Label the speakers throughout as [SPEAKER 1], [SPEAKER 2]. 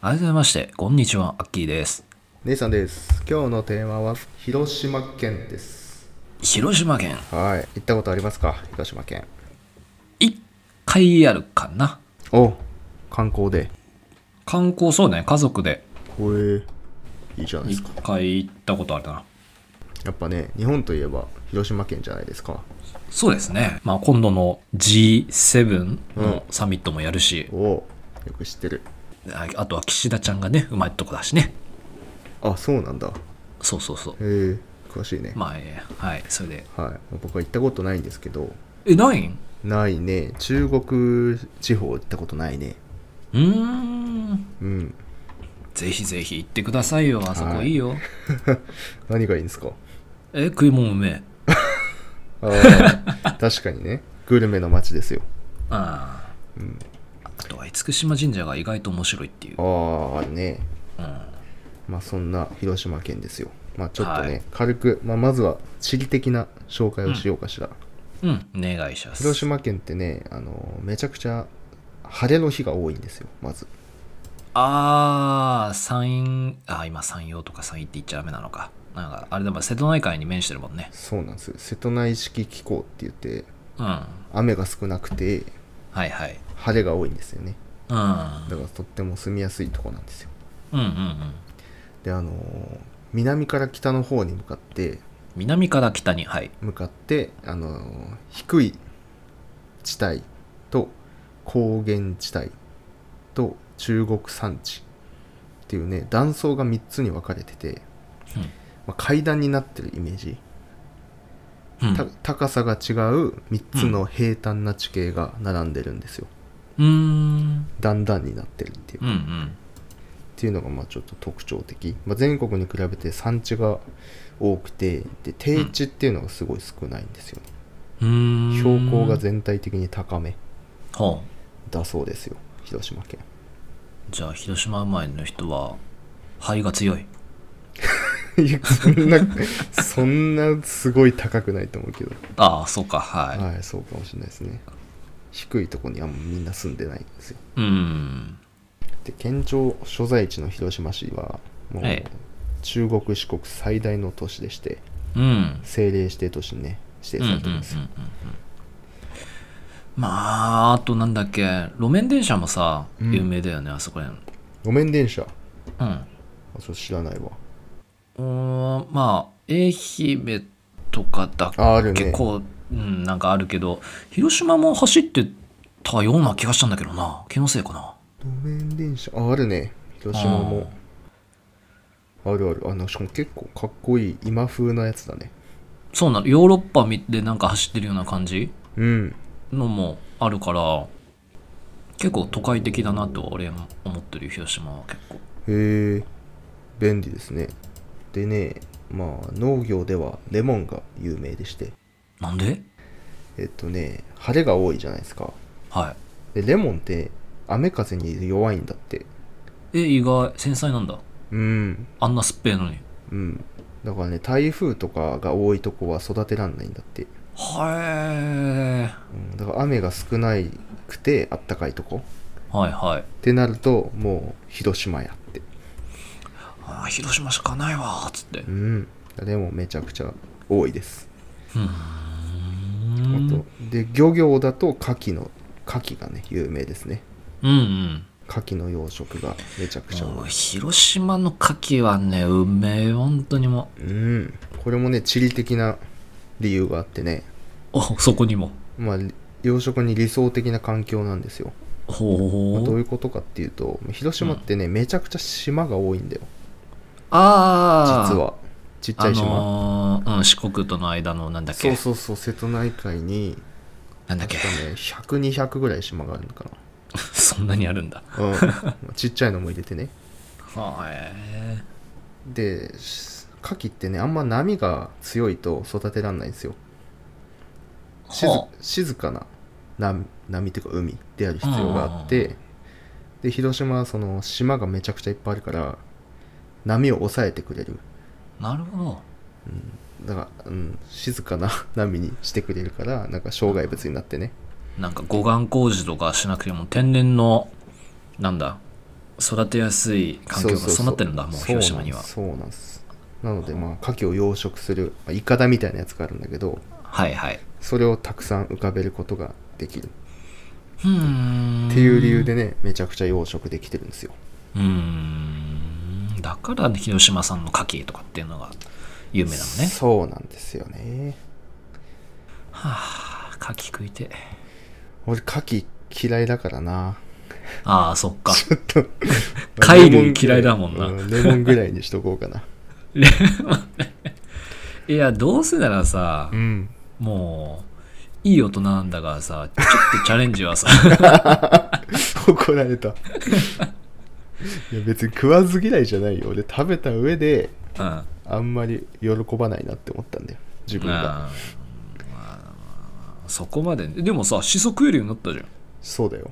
[SPEAKER 1] 改めましてこんにちはアッキーです
[SPEAKER 2] 姉さんです。今日のテーマは広島県です。
[SPEAKER 1] 広島県
[SPEAKER 2] はい、行ったことありますか広島県。
[SPEAKER 1] 一回あるかな
[SPEAKER 2] お、観光で。
[SPEAKER 1] 観光そうね家族で
[SPEAKER 2] これ、いいじゃないです
[SPEAKER 1] 一
[SPEAKER 2] か。
[SPEAKER 1] 回行ったことあるな
[SPEAKER 2] やっぱね、日本といえば広島県じゃないですか。
[SPEAKER 1] そうですね、まあ、今度の G7 のサミットもやるし、
[SPEAKER 2] およく知ってる。
[SPEAKER 1] ああとは岸田ちゃんがねうまいとこだしね
[SPEAKER 2] あ、そうなんだ。
[SPEAKER 1] そうそうそう
[SPEAKER 2] へえ、詳しいね。
[SPEAKER 1] まあえーはいそれで
[SPEAKER 2] はい、僕は行ったことないんですけど、
[SPEAKER 1] えないん
[SPEAKER 2] ないね中国地方行ったことないね
[SPEAKER 1] うーん
[SPEAKER 2] うん
[SPEAKER 1] ぜひぜひ行ってくださいよあそこいいよ、
[SPEAKER 2] 何がいいんですか
[SPEAKER 1] え食い物うめえ
[SPEAKER 2] あ ー確かにねグルメの街ですよ
[SPEAKER 1] あーあとは厳島神社が意外と面白いっていう
[SPEAKER 2] ああね
[SPEAKER 1] うん
[SPEAKER 2] まあそんな広島県ですよまあちょっとね、
[SPEAKER 1] はい
[SPEAKER 2] 軽く、まあ、まずは地理的な紹介をしようかしら、
[SPEAKER 1] うんお願いします
[SPEAKER 2] 広島県ってねあのめちゃくちゃ晴れの日が多いんですよまず
[SPEAKER 1] ああ山陰あー今山陽とか山陰って言っちゃダメなのかなんかあれでも瀬戸内海に面してるもんね
[SPEAKER 2] そうなんです瀬戸内式気候って言って
[SPEAKER 1] うんは
[SPEAKER 2] 雨が少なくて
[SPEAKER 1] いはい
[SPEAKER 2] 晴れが多いんですよね
[SPEAKER 1] うん
[SPEAKER 2] だからとっても住みやすいとこなんですよ
[SPEAKER 1] うんうんうん
[SPEAKER 2] であのー南から北の方に向かって
[SPEAKER 1] 南から北にはい
[SPEAKER 2] 向かってあのー低い地帯と高原地帯と中国山地っていうね断層が3つに分かれてて、
[SPEAKER 1] うん
[SPEAKER 2] まあ階段になってるイメージ、
[SPEAKER 1] うん
[SPEAKER 2] た高さが違う3つの平坦な地形が並んでるんですよ、
[SPEAKER 1] うーん
[SPEAKER 2] 段々になってるっていう
[SPEAKER 1] うんうん
[SPEAKER 2] っていうのがまあちょっと特徴的、まあ、全国に比べて産地が多くてで低地っていうのがすごい少ないんですよね、
[SPEAKER 1] うーん
[SPEAKER 2] 標高が全体的に高め
[SPEAKER 1] ほ
[SPEAKER 2] だそうですよ広島県
[SPEAKER 1] うじゃあ広島生まれの人は肺が強い
[SPEAKER 2] いやそんなそんなすごい高くないと思うけど
[SPEAKER 1] ああそうかはい、
[SPEAKER 2] はいそうかもしれないですね低いとこにあんまみんな住んでないんですよ
[SPEAKER 1] うーん
[SPEAKER 2] で県庁所在地の広島市はもう
[SPEAKER 1] ええ
[SPEAKER 2] 中国四国最大の都市でして
[SPEAKER 1] うん
[SPEAKER 2] 政令指定都市にね指定されてますよ、
[SPEAKER 1] うんうんうんうんうんまああとなんだっけ路面電車もさ
[SPEAKER 2] うん
[SPEAKER 1] 有名だよね、あそこへん
[SPEAKER 2] 路面電車
[SPEAKER 1] うん
[SPEAKER 2] あそれ知らないわ
[SPEAKER 1] うーんまあ愛媛とかだ
[SPEAKER 2] ああるね
[SPEAKER 1] 結構、うん、なんかあるけど広島も走ってたような気がしたんだけどな気のせいかな
[SPEAKER 2] 路面電車ああるね広島もあるあるあのしかも結構かっこいい今風なやつだね
[SPEAKER 1] そうなのヨーロッパ見てなんか走ってるような感じ
[SPEAKER 2] うん
[SPEAKER 1] のもあるから結構都会的だなと俺も思ってるよ広島は結構
[SPEAKER 2] へえ便利ですねでねまあ農業ではレモンが有名でして
[SPEAKER 1] なんで
[SPEAKER 2] えっとね晴れが多いじゃないですか
[SPEAKER 1] は
[SPEAKER 2] でレモンって雨風に弱いんだって
[SPEAKER 1] いえ意外繊細なんだ
[SPEAKER 2] うん
[SPEAKER 1] あんなすっぺーのに
[SPEAKER 2] うんだからね台風とかが多いとこは育てらんないんだって、
[SPEAKER 1] は
[SPEAKER 2] うん、だから雨が少ないくてあったかいとこ
[SPEAKER 1] いはいはい
[SPEAKER 2] ってなるともう広島やって
[SPEAKER 1] あー広島しかないわーっつって
[SPEAKER 2] うんでもめちゃくちゃ多いです
[SPEAKER 1] うん
[SPEAKER 2] あとで漁業だと牡蠣の牡蠣がね有名ですね
[SPEAKER 1] うんうん
[SPEAKER 2] 牡蠣の養殖がめちゃくちゃ
[SPEAKER 1] も
[SPEAKER 2] 多
[SPEAKER 1] う
[SPEAKER 2] い
[SPEAKER 1] 広島の牡蠣はねうめえよ本当にも
[SPEAKER 2] うんこれもね地理的な理由があってね
[SPEAKER 1] うあそこにも
[SPEAKER 2] まあ養殖に理想的な環境なんですよ、まあ
[SPEAKER 1] ほ
[SPEAKER 2] どう
[SPEAKER 1] う
[SPEAKER 2] いうことかっていうと広島ってね、めちゃくちゃ島が多いんだよ
[SPEAKER 1] ああ
[SPEAKER 2] 実はちっちゃ
[SPEAKER 1] あ
[SPEAKER 2] い島、
[SPEAKER 1] のーうん、四国との間のなんだっけ
[SPEAKER 2] そうそうそう瀬戸内海に
[SPEAKER 1] なんだっけ
[SPEAKER 2] あとね100200ぐらい島があるのか
[SPEAKER 1] そんなにあるんだ
[SPEAKER 2] な、うん、ちっちゃいのも入れてね
[SPEAKER 1] はあへ
[SPEAKER 2] で牡蠣ってねあんま波が強いと育てらんないんですよ
[SPEAKER 1] え
[SPEAKER 2] 静静かな波波っていうか海である必要があっ
[SPEAKER 1] うんうん
[SPEAKER 2] てで広島はその島がめちゃくちゃいっぱいあるから波を抑えてくれる
[SPEAKER 1] なるほど
[SPEAKER 2] だから、うん、静かな 波にしてくれるからなんか障害物になってね
[SPEAKER 1] なんか護岸工事とかしなくても天然のなんだ育てやすい環境が
[SPEAKER 2] そそそ
[SPEAKER 1] そうなってるんだもう
[SPEAKER 2] そうなん
[SPEAKER 1] 広島には
[SPEAKER 2] そうなんですなのでまあ牡蠣を養殖する、まあ、イカダみたいなやつがあるんだけど
[SPEAKER 1] はいはい
[SPEAKER 2] それをたくさん浮かべることができる
[SPEAKER 1] うーん
[SPEAKER 2] っていう理由でねめちゃくちゃ養殖できてるんですよ
[SPEAKER 1] うーんだからね広島産の牡蠣とかっていうのが有名なのね
[SPEAKER 2] そうなんですよね
[SPEAKER 1] はあ牡蠣食いてえ
[SPEAKER 2] 俺牡蠣嫌いだか らな
[SPEAKER 1] ああそっか
[SPEAKER 2] レ
[SPEAKER 1] 貝
[SPEAKER 2] モン
[SPEAKER 1] 類
[SPEAKER 2] ぐら
[SPEAKER 1] 嫌いだもんな、
[SPEAKER 2] うレモンぐらいにしとこうかな
[SPEAKER 1] いやどうせならさ
[SPEAKER 2] うん
[SPEAKER 1] もういい大人なんだからさちょっとチャレンジは さ
[SPEAKER 2] 怒 られたいや別に食わず嫌いじゃないよ俺食べた上で
[SPEAKER 1] うん
[SPEAKER 2] あんまり喜ばないなって思ったんだよ自分が
[SPEAKER 1] あーまあまあそこまでねでもさしそ食えるようになったじゃん
[SPEAKER 2] そうだよ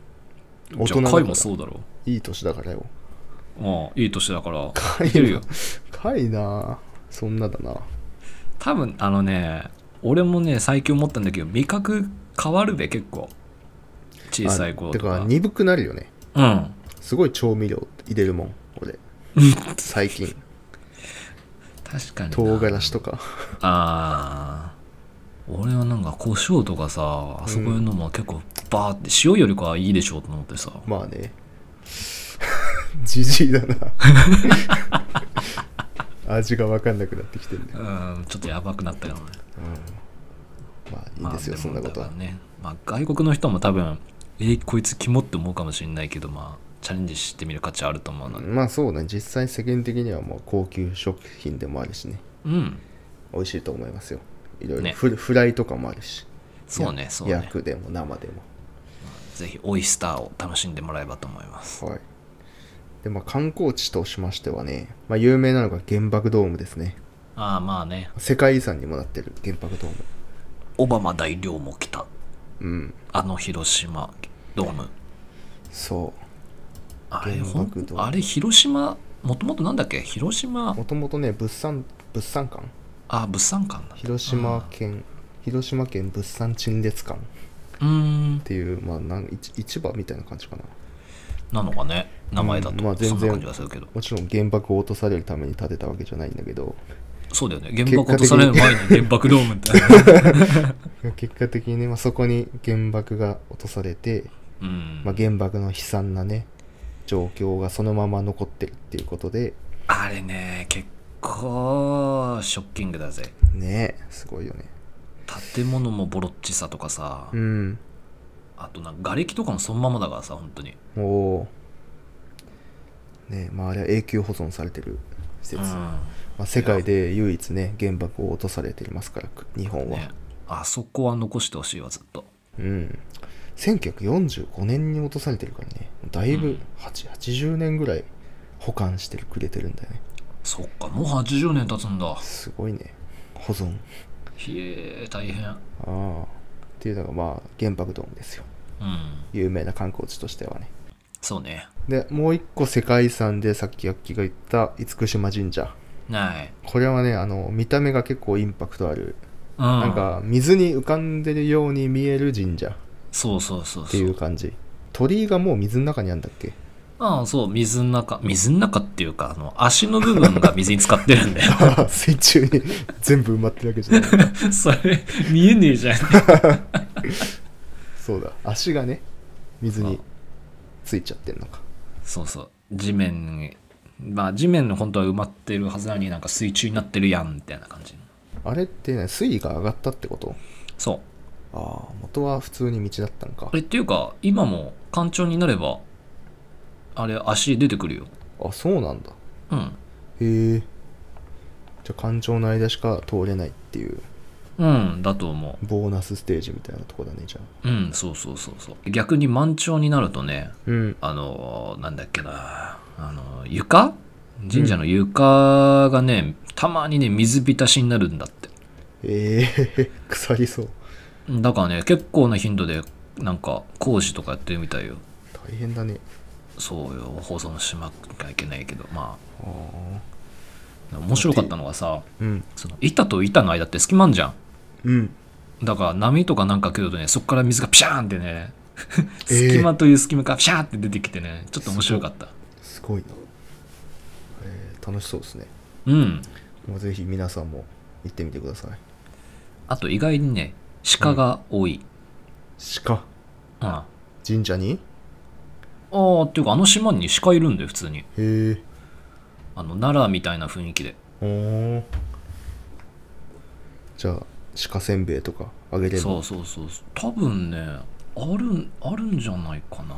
[SPEAKER 2] 大
[SPEAKER 1] じゃ
[SPEAKER 2] 人
[SPEAKER 1] あ
[SPEAKER 2] だか
[SPEAKER 1] 貝
[SPEAKER 2] ら
[SPEAKER 1] もそうだろ
[SPEAKER 2] いい年だからよ
[SPEAKER 1] もういい年だから
[SPEAKER 2] 貝
[SPEAKER 1] いけるよ
[SPEAKER 2] 貝なそんなだな
[SPEAKER 1] 多分あのね俺もね最近思ったんだけど味覚変わるべ結構小さい
[SPEAKER 2] あ
[SPEAKER 1] 頃
[SPEAKER 2] て
[SPEAKER 1] とか
[SPEAKER 2] か鈍くなるよね
[SPEAKER 1] うん
[SPEAKER 2] すごい調味料入れるもん 俺最近
[SPEAKER 1] 確かにな
[SPEAKER 2] 唐辛子とか
[SPEAKER 1] あー俺はなんか胡椒とかさあそこへのも結構バーって塩よりかはいいでしょうと思ってさ
[SPEAKER 2] まあね じじい だな味が分かんなくなってきてるんだよ、
[SPEAKER 1] うんちょっとやばくなったよね
[SPEAKER 2] うんまあいい
[SPEAKER 1] ま
[SPEAKER 2] ん
[SPEAKER 1] あ
[SPEAKER 2] ですよ、
[SPEAKER 1] で
[SPEAKER 2] そん
[SPEAKER 1] も
[SPEAKER 2] なこと
[SPEAKER 1] だ
[SPEAKER 2] は
[SPEAKER 1] からね、まあ、外国の人も多分えーこいつキモって思うかもしれないけどまあチャレンジしてみる価値あると思うので
[SPEAKER 2] まあそうね実際世間的にはもう高級食品でもあるしね
[SPEAKER 1] うん
[SPEAKER 2] 美味しいと思いますよいろいろ
[SPEAKER 1] ね
[SPEAKER 2] フ,、フライとかもあるし
[SPEAKER 1] そうねそうね
[SPEAKER 2] 焼くでも生でも
[SPEAKER 1] ぜひオイスターを楽しんでもらえばと思います
[SPEAKER 2] はい。で、まあ、観光地としましてはね、まあ、有名なのが原爆ドームですね。
[SPEAKER 1] ああまあね
[SPEAKER 2] 世界遺産にもなってる原爆ドーム。
[SPEAKER 1] オバマ大領も来た
[SPEAKER 2] うん、
[SPEAKER 1] あの広島ドーム
[SPEAKER 2] そ
[SPEAKER 1] あれ
[SPEAKER 2] 原
[SPEAKER 1] ほ
[SPEAKER 2] 爆
[SPEAKER 1] ん
[SPEAKER 2] ドーム
[SPEAKER 1] あれ広島もともとなんだっけ広島
[SPEAKER 2] う。もともとね、物産、物産館
[SPEAKER 1] あ物産館なんだ
[SPEAKER 2] 広島県、広島県物産陳列館っ
[SPEAKER 1] うーん
[SPEAKER 2] ていう、まあなん市、市場みたいな感じかな。
[SPEAKER 1] なのかね名前だと、
[SPEAKER 2] うんまあ全然
[SPEAKER 1] そんな感じはするけど
[SPEAKER 2] もちろん原爆を落とされるために建てたわけじゃないんだけど、
[SPEAKER 1] そうだよね原爆落とされる前に原爆ドームって
[SPEAKER 2] 結果的にね、まあ、そこに原爆が落とされて、
[SPEAKER 1] うん
[SPEAKER 2] まあ、原爆の悲惨なね、状況がそのまま残ってるっていうことで、
[SPEAKER 1] あれね結構ショッキングだぜ
[SPEAKER 2] ねえすごいよね
[SPEAKER 1] 建物もボロっちさとかさ、
[SPEAKER 2] うん
[SPEAKER 1] あとなんか瓦礫とかもそのままだからさ本当に
[SPEAKER 2] おおねえまああれは永久保存されてる施設、
[SPEAKER 1] うん
[SPEAKER 2] まあ、世界で唯一ね原爆を落とされていますからく日本は、
[SPEAKER 1] ねあそこは残してほしいわずっと
[SPEAKER 2] うん1945年に落とされてるからねだいぶ、
[SPEAKER 1] うん
[SPEAKER 2] 8 80年ぐらい保管してくれてるんだよね
[SPEAKER 1] そっかもう80年経つんだへ
[SPEAKER 2] すごいね保存
[SPEAKER 1] え大変うん
[SPEAKER 2] ああっていうのがまあ原爆ドームですよ有名な観光地としてはね
[SPEAKER 1] そうね
[SPEAKER 2] でもう一個世界遺産でさっきヤッキーが言った厳島神社
[SPEAKER 1] ない
[SPEAKER 2] これはねあの見た目が結構インパクトある、
[SPEAKER 1] うん
[SPEAKER 2] なんか水に浮かんでるように見える神社っ
[SPEAKER 1] そうそうそう
[SPEAKER 2] て
[SPEAKER 1] そ
[SPEAKER 2] いうう感じ鳥居がもう水の中にあるんだっ け
[SPEAKER 1] ああそう水の中水の中っていうかあの足の部分が水に浸かってるんだよ
[SPEAKER 2] 水中に 全部埋まってるわけじゃな い
[SPEAKER 1] それ見えねえじゃん
[SPEAKER 2] そうだ足がね水についちゃってんのか
[SPEAKER 1] そうそう地面にまあ地面の本当は埋まってるはずなのになんか水中になってるやんみたいな感じ
[SPEAKER 2] あれってね水位が上がったってこと
[SPEAKER 1] そう
[SPEAKER 2] ああ元は普通に道だったのか
[SPEAKER 1] あれっていうか今も干潮になればあれ足出てくるよ
[SPEAKER 2] あそうなんだ
[SPEAKER 1] うん
[SPEAKER 2] へえじゃあ環状の間しか通れないっていう
[SPEAKER 1] うん、だと思
[SPEAKER 2] ボーナスステージみたいなとこだねじゃあ
[SPEAKER 1] う。うん、そうそうそうそう。逆に満潮になるとね、
[SPEAKER 2] うん
[SPEAKER 1] あのー、なんだっけな、あのー、床神社の床がね、たまにね、水浸しになるんだって。
[SPEAKER 2] ええ 腐りそう
[SPEAKER 1] だからね、結構な頻度で、なんか、工事とかやってるみたいよ。
[SPEAKER 2] 大変だね
[SPEAKER 1] そうよ、保存しなきゃいけないけど、まあ、
[SPEAKER 2] ああ
[SPEAKER 1] 面白かったのがさ、
[SPEAKER 2] うん
[SPEAKER 1] その板と板の間って隙間あんじゃん。
[SPEAKER 2] うん
[SPEAKER 1] だから波とかなんか来るとね、そこから水がピシャーンってね、
[SPEAKER 2] え ー
[SPEAKER 1] 隙間という隙間からピシャーンって出てきてね、ちょっと面白かった。
[SPEAKER 2] すごいな、えー楽しそうですね
[SPEAKER 1] うん。
[SPEAKER 2] もうぜひ皆さんも行ってみてください
[SPEAKER 1] あと意外にね、鹿が多い。
[SPEAKER 2] 鹿
[SPEAKER 1] うん。あ
[SPEAKER 2] 神社に
[SPEAKER 1] あ、っていうかあの島に鹿いるんだよ、普通に。
[SPEAKER 2] へ
[SPEAKER 1] あの、奈良みたいな雰囲気で。
[SPEAKER 2] えおーじゃあ鹿せんべいとかあげれる
[SPEAKER 1] そうそうそうそう。多分ね、あるん、あるんじゃないかな。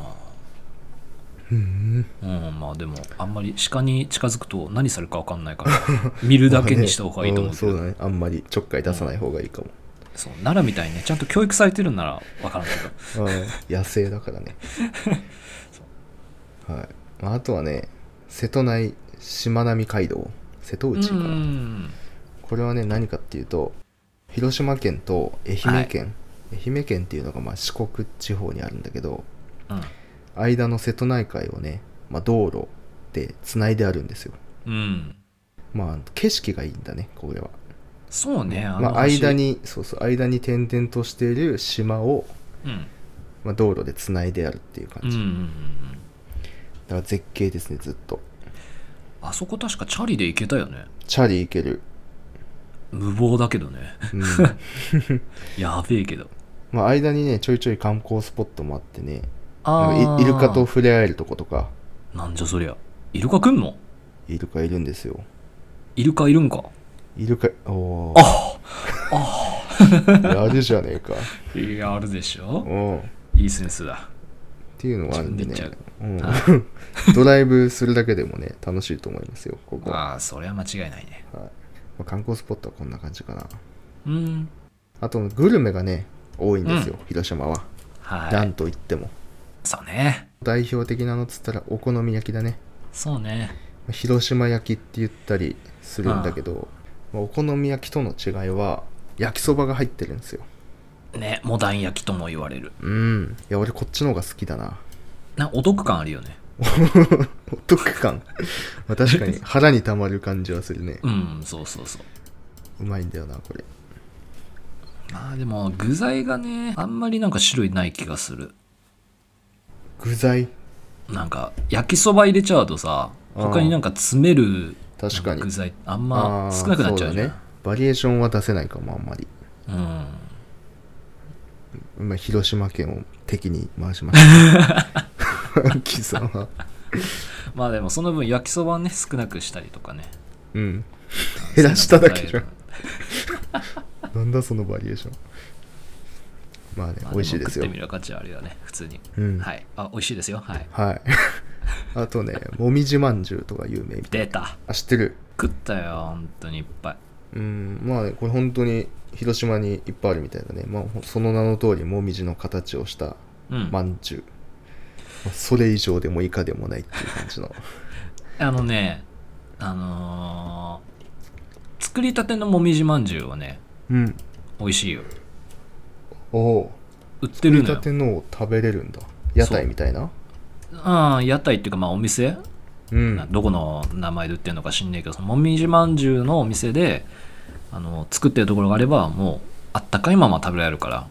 [SPEAKER 2] うん
[SPEAKER 1] うん、まあでも、あんまり鹿に近づくと何されるかわかんないから、 見るだけにした方がいいと思うけど
[SPEAKER 2] まあねんそうだねあんまりちょっかい出さない方がいいかも、
[SPEAKER 1] そう、奈良みたいにね、ちゃんと教育されてるんならわからんけど。
[SPEAKER 2] うん野生だからね はい、まあ、あとはね瀬戸内しまなみ海道瀬戸内かな、
[SPEAKER 1] うん
[SPEAKER 2] これはね何かっていうと広島県と愛媛県、愛媛県っていうのがまあ四国地方にあるんだけど
[SPEAKER 1] うん
[SPEAKER 2] 間の瀬戸内海をね、まあ、道路でつないであるんですよ
[SPEAKER 1] うん
[SPEAKER 2] まあ景色がいいんだねこれは、
[SPEAKER 1] そうねあ
[SPEAKER 2] ま
[SPEAKER 1] の
[SPEAKER 2] あ、間にそうそう間に点々としている島を、
[SPEAKER 1] うん
[SPEAKER 2] まあ、道路でつないであるっていう
[SPEAKER 1] う
[SPEAKER 2] 感
[SPEAKER 1] んう
[SPEAKER 2] じ、
[SPEAKER 1] んうんう
[SPEAKER 2] だ
[SPEAKER 1] ん
[SPEAKER 2] から絶景ですねずっと
[SPEAKER 1] あそこ確かチャリで行けたよね
[SPEAKER 2] チャリ行ける、
[SPEAKER 1] 無謀だけどね
[SPEAKER 2] うん
[SPEAKER 1] やべえけど
[SPEAKER 2] まあ間にねちょいちょい観光スポットもあってねな
[SPEAKER 1] あ
[SPEAKER 2] んか
[SPEAKER 1] ー
[SPEAKER 2] イイルカと触れ合えるとことか
[SPEAKER 1] なんじゃそりゃイルカくんの
[SPEAKER 2] イルカいるんですよ
[SPEAKER 1] イルカいるんか
[SPEAKER 2] イルカおー あやるじゃねえか
[SPEAKER 1] いやあるでしょ
[SPEAKER 2] うんっ
[SPEAKER 1] いいセンスだ
[SPEAKER 2] ていうのがあるんでね
[SPEAKER 1] 自分
[SPEAKER 2] うん
[SPEAKER 1] 言っ
[SPEAKER 2] ドライブするだけでもね楽しいと思いますよここ、は
[SPEAKER 1] ああそりゃ間違いないね
[SPEAKER 2] いまあ、観光スポットはこんな感じかな
[SPEAKER 1] うん
[SPEAKER 2] あとグルメがね多いんですよ、広島は、な
[SPEAKER 1] はい
[SPEAKER 2] んといっても
[SPEAKER 1] そうね
[SPEAKER 2] 代表的なのっつったらお好み焼きだね
[SPEAKER 1] そうね
[SPEAKER 2] まあ広島焼きって言ったりするんだけど、まあお好み焼きとの違いは焼きそばが入ってるんですよ
[SPEAKER 1] ねモダン焼きとも言われる
[SPEAKER 2] うんいや俺こっちの方が好きだな
[SPEAKER 1] なお得感あるよね
[SPEAKER 2] お得感まあ確 かに腹にたまる感じはするね
[SPEAKER 1] うんそうそうそう
[SPEAKER 2] うまいんだよなこれ
[SPEAKER 1] まあでも具材がねあんまりなんか種類ない気がする
[SPEAKER 2] 具材
[SPEAKER 1] なんか焼きそば入れちゃうとさ
[SPEAKER 2] うん
[SPEAKER 1] 他になんか詰める
[SPEAKER 2] 確かに
[SPEAKER 1] 具材あんま
[SPEAKER 2] ー
[SPEAKER 1] 少なくなっちゃう
[SPEAKER 2] そう
[SPEAKER 1] じゃん
[SPEAKER 2] だねバリエーションは出せないかもあんまり、
[SPEAKER 1] うん
[SPEAKER 2] まあ、広島県を敵に回しました 貴様
[SPEAKER 1] まあでもその分焼きそばはね少なくしたりとかね
[SPEAKER 2] うん減らしただけじゃんなんだそのバリエーションまあね
[SPEAKER 1] まあ
[SPEAKER 2] 美味しいですよ
[SPEAKER 1] 食ってみる価値はあるよね普通に、
[SPEAKER 2] うん
[SPEAKER 1] はいあ美味しいですよはい
[SPEAKER 2] はい。 あとね、もみじまんじゅうとか有名みたい。
[SPEAKER 1] 出た
[SPEAKER 2] あ、知ってる
[SPEAKER 1] 食ったよ本当にいっぱい
[SPEAKER 2] うん、まあね、これ本当に広島にいっぱいあるみたいだね。まあ、ほその名の通り、もみじの形をした
[SPEAKER 1] うん、
[SPEAKER 2] まんじゅう。まあそれ以上でも以下でもないっていう感じの。
[SPEAKER 1] あのねあのー作りたてのもみじまんじゅうはね
[SPEAKER 2] うん。
[SPEAKER 1] 美味しいよ
[SPEAKER 2] おお。
[SPEAKER 1] 売って
[SPEAKER 2] 作
[SPEAKER 1] る
[SPEAKER 2] り
[SPEAKER 1] の
[SPEAKER 2] た
[SPEAKER 1] よ
[SPEAKER 2] てのを食べれるんだ。屋台みたいな
[SPEAKER 1] うん屋台っていうかまあお店
[SPEAKER 2] うん。
[SPEAKER 1] どこの名前で売ってるのか知んないけどそのもみじまんじゅうのお店であの作ってるところがあればもうあったかいまま食べられるから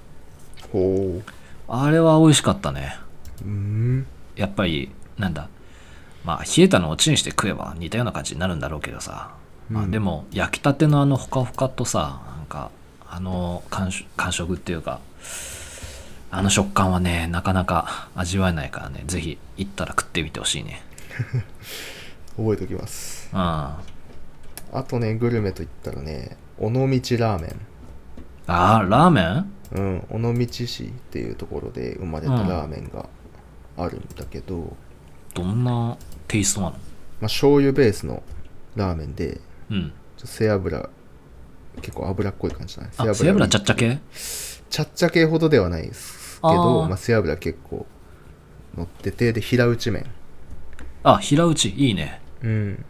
[SPEAKER 2] ほう。
[SPEAKER 1] あれは美味しかったね
[SPEAKER 2] うん。
[SPEAKER 1] やっぱりなんだまあ冷えたのをチンして食えば似たような感じになるんだろうけどさ、まあ、
[SPEAKER 2] うん
[SPEAKER 1] でも焼きたてのあのほかほかとさなんかあの感触感触っていうかあの食感はねなかなか味わえないからねぜひ行ったら食ってみてほしいね
[SPEAKER 2] 覚えておきます。
[SPEAKER 1] うんあ
[SPEAKER 2] あとね、グルメといったらね、尾道ラーメン。
[SPEAKER 1] ーラーメン
[SPEAKER 2] うん、尾道市っていうところで生まれたラーメンがあるんだけど、
[SPEAKER 1] どんなテイストなの
[SPEAKER 2] まあ、醤油ベースのラーメンで
[SPEAKER 1] うん
[SPEAKER 2] ちょっと背脂結構脂っこい感じだね
[SPEAKER 1] あ、背脂ちゃ
[SPEAKER 2] っ
[SPEAKER 1] っちゃ系
[SPEAKER 2] ちゃっちゃ系ほどではないですけど
[SPEAKER 1] あー
[SPEAKER 2] まあ、背脂結構乗っててで平打ち麺
[SPEAKER 1] あ、平打ち、いいね。
[SPEAKER 2] うん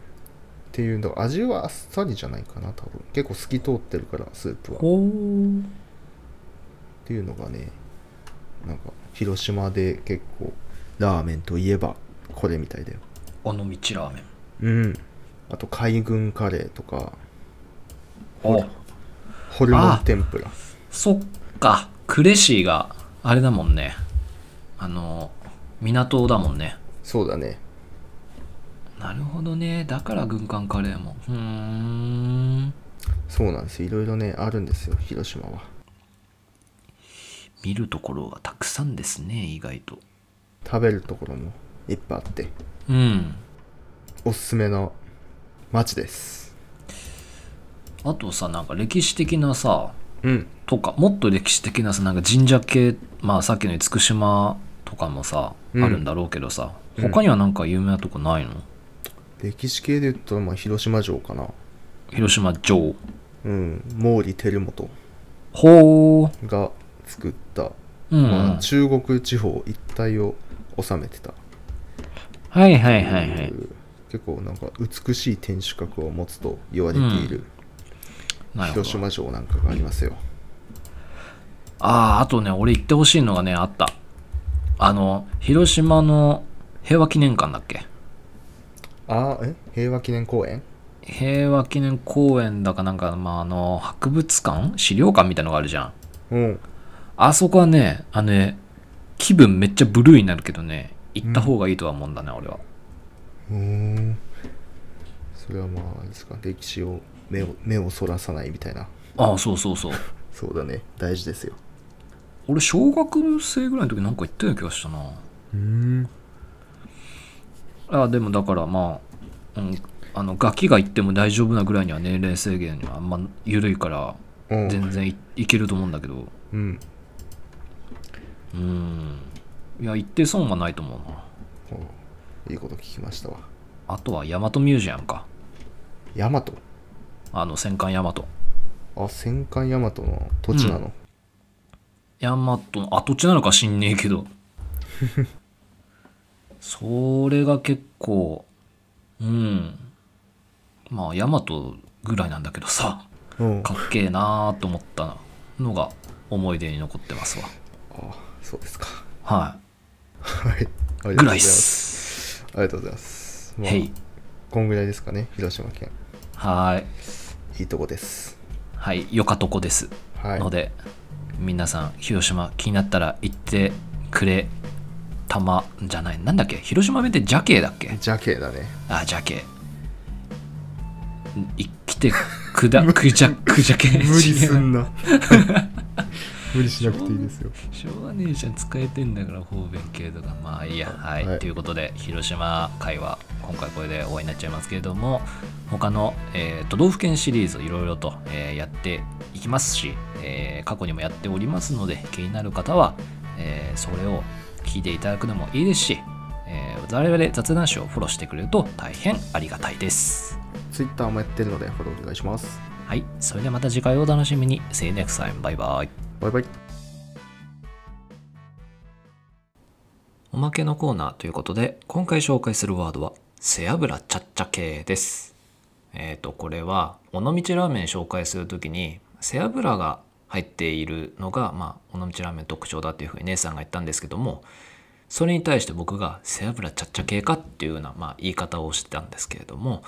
[SPEAKER 2] っていうの味はあっさりじゃないかな多分結構透き通ってるからスープはっ
[SPEAKER 1] ほー。
[SPEAKER 2] ていうのがねなんか広島で結構ラーメンといえばこれみたいだよ
[SPEAKER 1] 尾道ラーメン。
[SPEAKER 2] うんあと海軍カレーとか
[SPEAKER 1] お
[SPEAKER 2] ホルモン天ぷら
[SPEAKER 1] そっか。クレシーが、あれだもんね。あの、港だもんね。
[SPEAKER 2] そうだね
[SPEAKER 1] なるほどね。だから軍艦カレーも。うーん。
[SPEAKER 2] そうなんですよいろいろねあるんですよ広島は
[SPEAKER 1] 見るところがたくさんですね、意外と。
[SPEAKER 2] 食べるところもいっぱいあって
[SPEAKER 1] うん。
[SPEAKER 2] おすすめの街です
[SPEAKER 1] あとさ、なんか歴史的なさ、
[SPEAKER 2] うん
[SPEAKER 1] とか、もっと歴史的なさ、なんか神社系、まあさっきの厳島とかもさ、
[SPEAKER 2] うん
[SPEAKER 1] あるんだろうけどさ、
[SPEAKER 2] うん
[SPEAKER 1] 他にはなんか有名なとこないの、
[SPEAKER 2] 歴史系で言うと、まあ、広島城かな
[SPEAKER 1] 広島城。
[SPEAKER 2] うん毛利輝元
[SPEAKER 1] ほー。
[SPEAKER 2] が作った、
[SPEAKER 1] うん、うん。
[SPEAKER 2] まあ、
[SPEAKER 1] はい
[SPEAKER 2] 中国地方一帯を治めてた、
[SPEAKER 1] はいはいはい。
[SPEAKER 2] 結構なんか美しい天守閣を持つと言われている
[SPEAKER 1] なるほ
[SPEAKER 2] 広
[SPEAKER 1] ど。
[SPEAKER 2] 島城なんかがありますよ、
[SPEAKER 1] ああ、あとね、俺行ってほしいのがね、あった。あの、広島の平和記念館だっけ
[SPEAKER 2] あーえ平和記念公園
[SPEAKER 1] 平和記念公園だかなんか、まあ、あの、博物館資料館みたいのがあるじゃん。
[SPEAKER 2] うん
[SPEAKER 1] あそこはね、あのね、気分めっちゃブルーになるけどね、行った方がいいとは思うんだね、俺は。
[SPEAKER 2] うーんそれはまああれですか歴史を目を目をそらさないみたいな
[SPEAKER 1] ああ、そうそうそう。
[SPEAKER 2] そうだね大事ですよ
[SPEAKER 1] 俺、小学生ぐらいの時なんか行ったような気がしたな。
[SPEAKER 2] うん
[SPEAKER 1] ああ、でもだからまあ、うん、あの、ガキが行っても大丈夫なぐらいには年齢制限はあんま緩いから、
[SPEAKER 2] うん
[SPEAKER 1] 全然いいけると思うんだけど、
[SPEAKER 2] うん
[SPEAKER 1] うん。いや、行って損はないと思うな。
[SPEAKER 2] いいこと聞きましたわ
[SPEAKER 1] あとは、ヤマトミュージアムか。
[SPEAKER 2] 大和
[SPEAKER 1] あの、戦艦ヤマト。
[SPEAKER 2] あ戦艦大和の土地なの、
[SPEAKER 1] ヤマトの跡地なのか知んねえけど。 それが結構、うん。まあ、ヤマトぐらいなんだけどさ、
[SPEAKER 2] うん
[SPEAKER 1] かっけえなーと思ったのが思い出に残ってますわ。
[SPEAKER 2] あそうですか
[SPEAKER 1] は
[SPEAKER 2] はいあ
[SPEAKER 1] い。
[SPEAKER 2] りがとう
[SPEAKER 1] ぐ
[SPEAKER 2] ござ
[SPEAKER 1] ら
[SPEAKER 2] い
[SPEAKER 1] いっ
[SPEAKER 2] ます
[SPEAKER 1] す。
[SPEAKER 2] ありがとうございますまあ
[SPEAKER 1] へい。
[SPEAKER 2] こんぐらいですかね広島県
[SPEAKER 1] はーい。
[SPEAKER 2] いいとこです
[SPEAKER 1] はい。よかとこです。
[SPEAKER 2] はい
[SPEAKER 1] ので、皆さん、広島気になったら行ってくれたま、じゃない、なんだっけ広島弁ってジャケだっけ
[SPEAKER 2] 邪気だね
[SPEAKER 1] あ、じゃけ。生きて、くだ、くじゃ、くじゃけ。
[SPEAKER 2] 無理す
[SPEAKER 1] 違うん
[SPEAKER 2] な 無理しなくていいですよ
[SPEAKER 1] しょうがねえじゃん、使えてんだから、方便系とか。まあいいや。はい。
[SPEAKER 2] はい
[SPEAKER 1] ということで、広島会は、今回これで終わりになっちゃいますけれども、他の、えー都道府県シリーズ、いろいろと、えーやっていきますし、えー過去にもやっておりますので、気になる方は、えーそれを聞いていただくのもいいですし、えー我々雑談誌をフォローしてくれると大変ありがたいです。
[SPEAKER 2] Twitter もやってるのでフォローお願いします
[SPEAKER 1] はい、それではまた次回をお楽しみに。See you next time. バイバイ。
[SPEAKER 2] バイバイ
[SPEAKER 1] おまけのコーナーということで、今回紹介するワードは、背脂ちゃっちゃ系です。えっ、と、これは、尾道ラーメン紹介するときに、背脂が入っているのが、まあ、尾道ラーメンの特徴だっていうふうに姉さんが言ったんですけども、それに対して僕が背脂ちゃっちゃ系かっていうような、まあ、言い方をしてたんですけれども、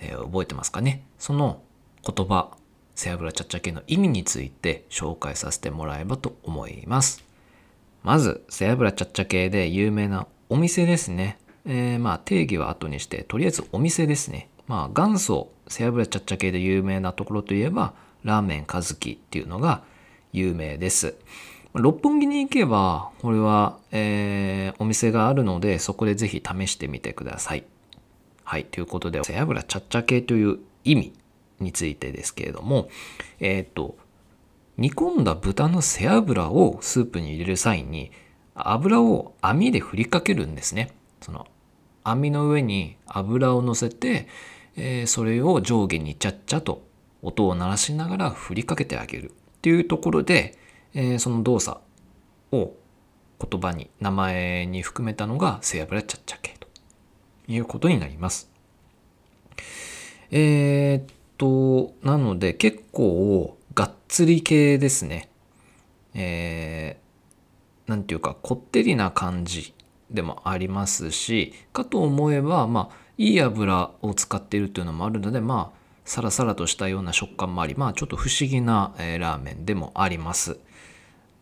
[SPEAKER 1] えー覚えてますかねその言葉、背脂ちゃっちゃ系の意味について紹介させてもらえばと思います。まず、背脂ちゃっちゃ系で有名なお店ですね。えーまあ定義は後にして、とりあえずお店ですね。まあ元祖背脂ちゃっちゃ系で有名なところといえば、ラーメン和樹っていうのが有名です。六本木に行けば、これは、えーお店があるので、そこでぜひ試してみてください。はい、ということで、背脂ちゃっちゃ系という意味についてですけれども、えっ、と、煮込んだ豚の背脂をスープに入れる際に油を網で振りかけるんですねその網の上に油を乗せて、えーそれを上下にちゃっちゃと音を鳴らしながら振りかけてあげるっていうところで、えーその動作を言葉に名前に含めたのが「セアブラチャッチャ系」ということになります。えーっとなので結構がっつり系ですね。えー、なんていうかこってりな感じでもありますしかと思えばまあいい油を使っているというのもあるのでまあサラサラとしたような食感もありまあちょっと不思議な、えーラーメンでもあります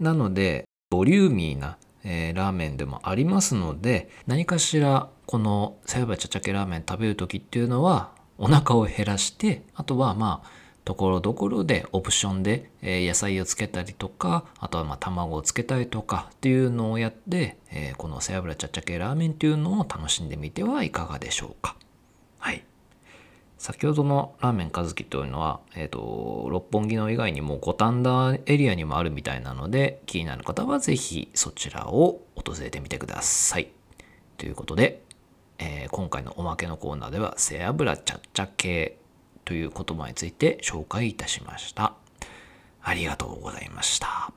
[SPEAKER 1] なのでボリューミーな、えーラーメンでもありますので何かしらこのさやばちゃちゃけラーメン食べる時っていうのはお腹を減らしてあとはまあところどころでオプションで、えー野菜をつけたりとかあとはまあ卵をつけたりとかっていうのをやって、えーこの背脂ちゃっちゃ系ラーメンっていうのを楽しんでみてはいかがでしょうかはい先ほどのラーメン和樹というのは、えー、と六本木の以外にも五反田エリアにもあるみたいなので気になる方は是非そちらを訪れてみてくださいということでえー今回のおまけのコーナーでは「背脂ちゃっちゃ系」という言葉について紹介いたしました。ありがとうございました。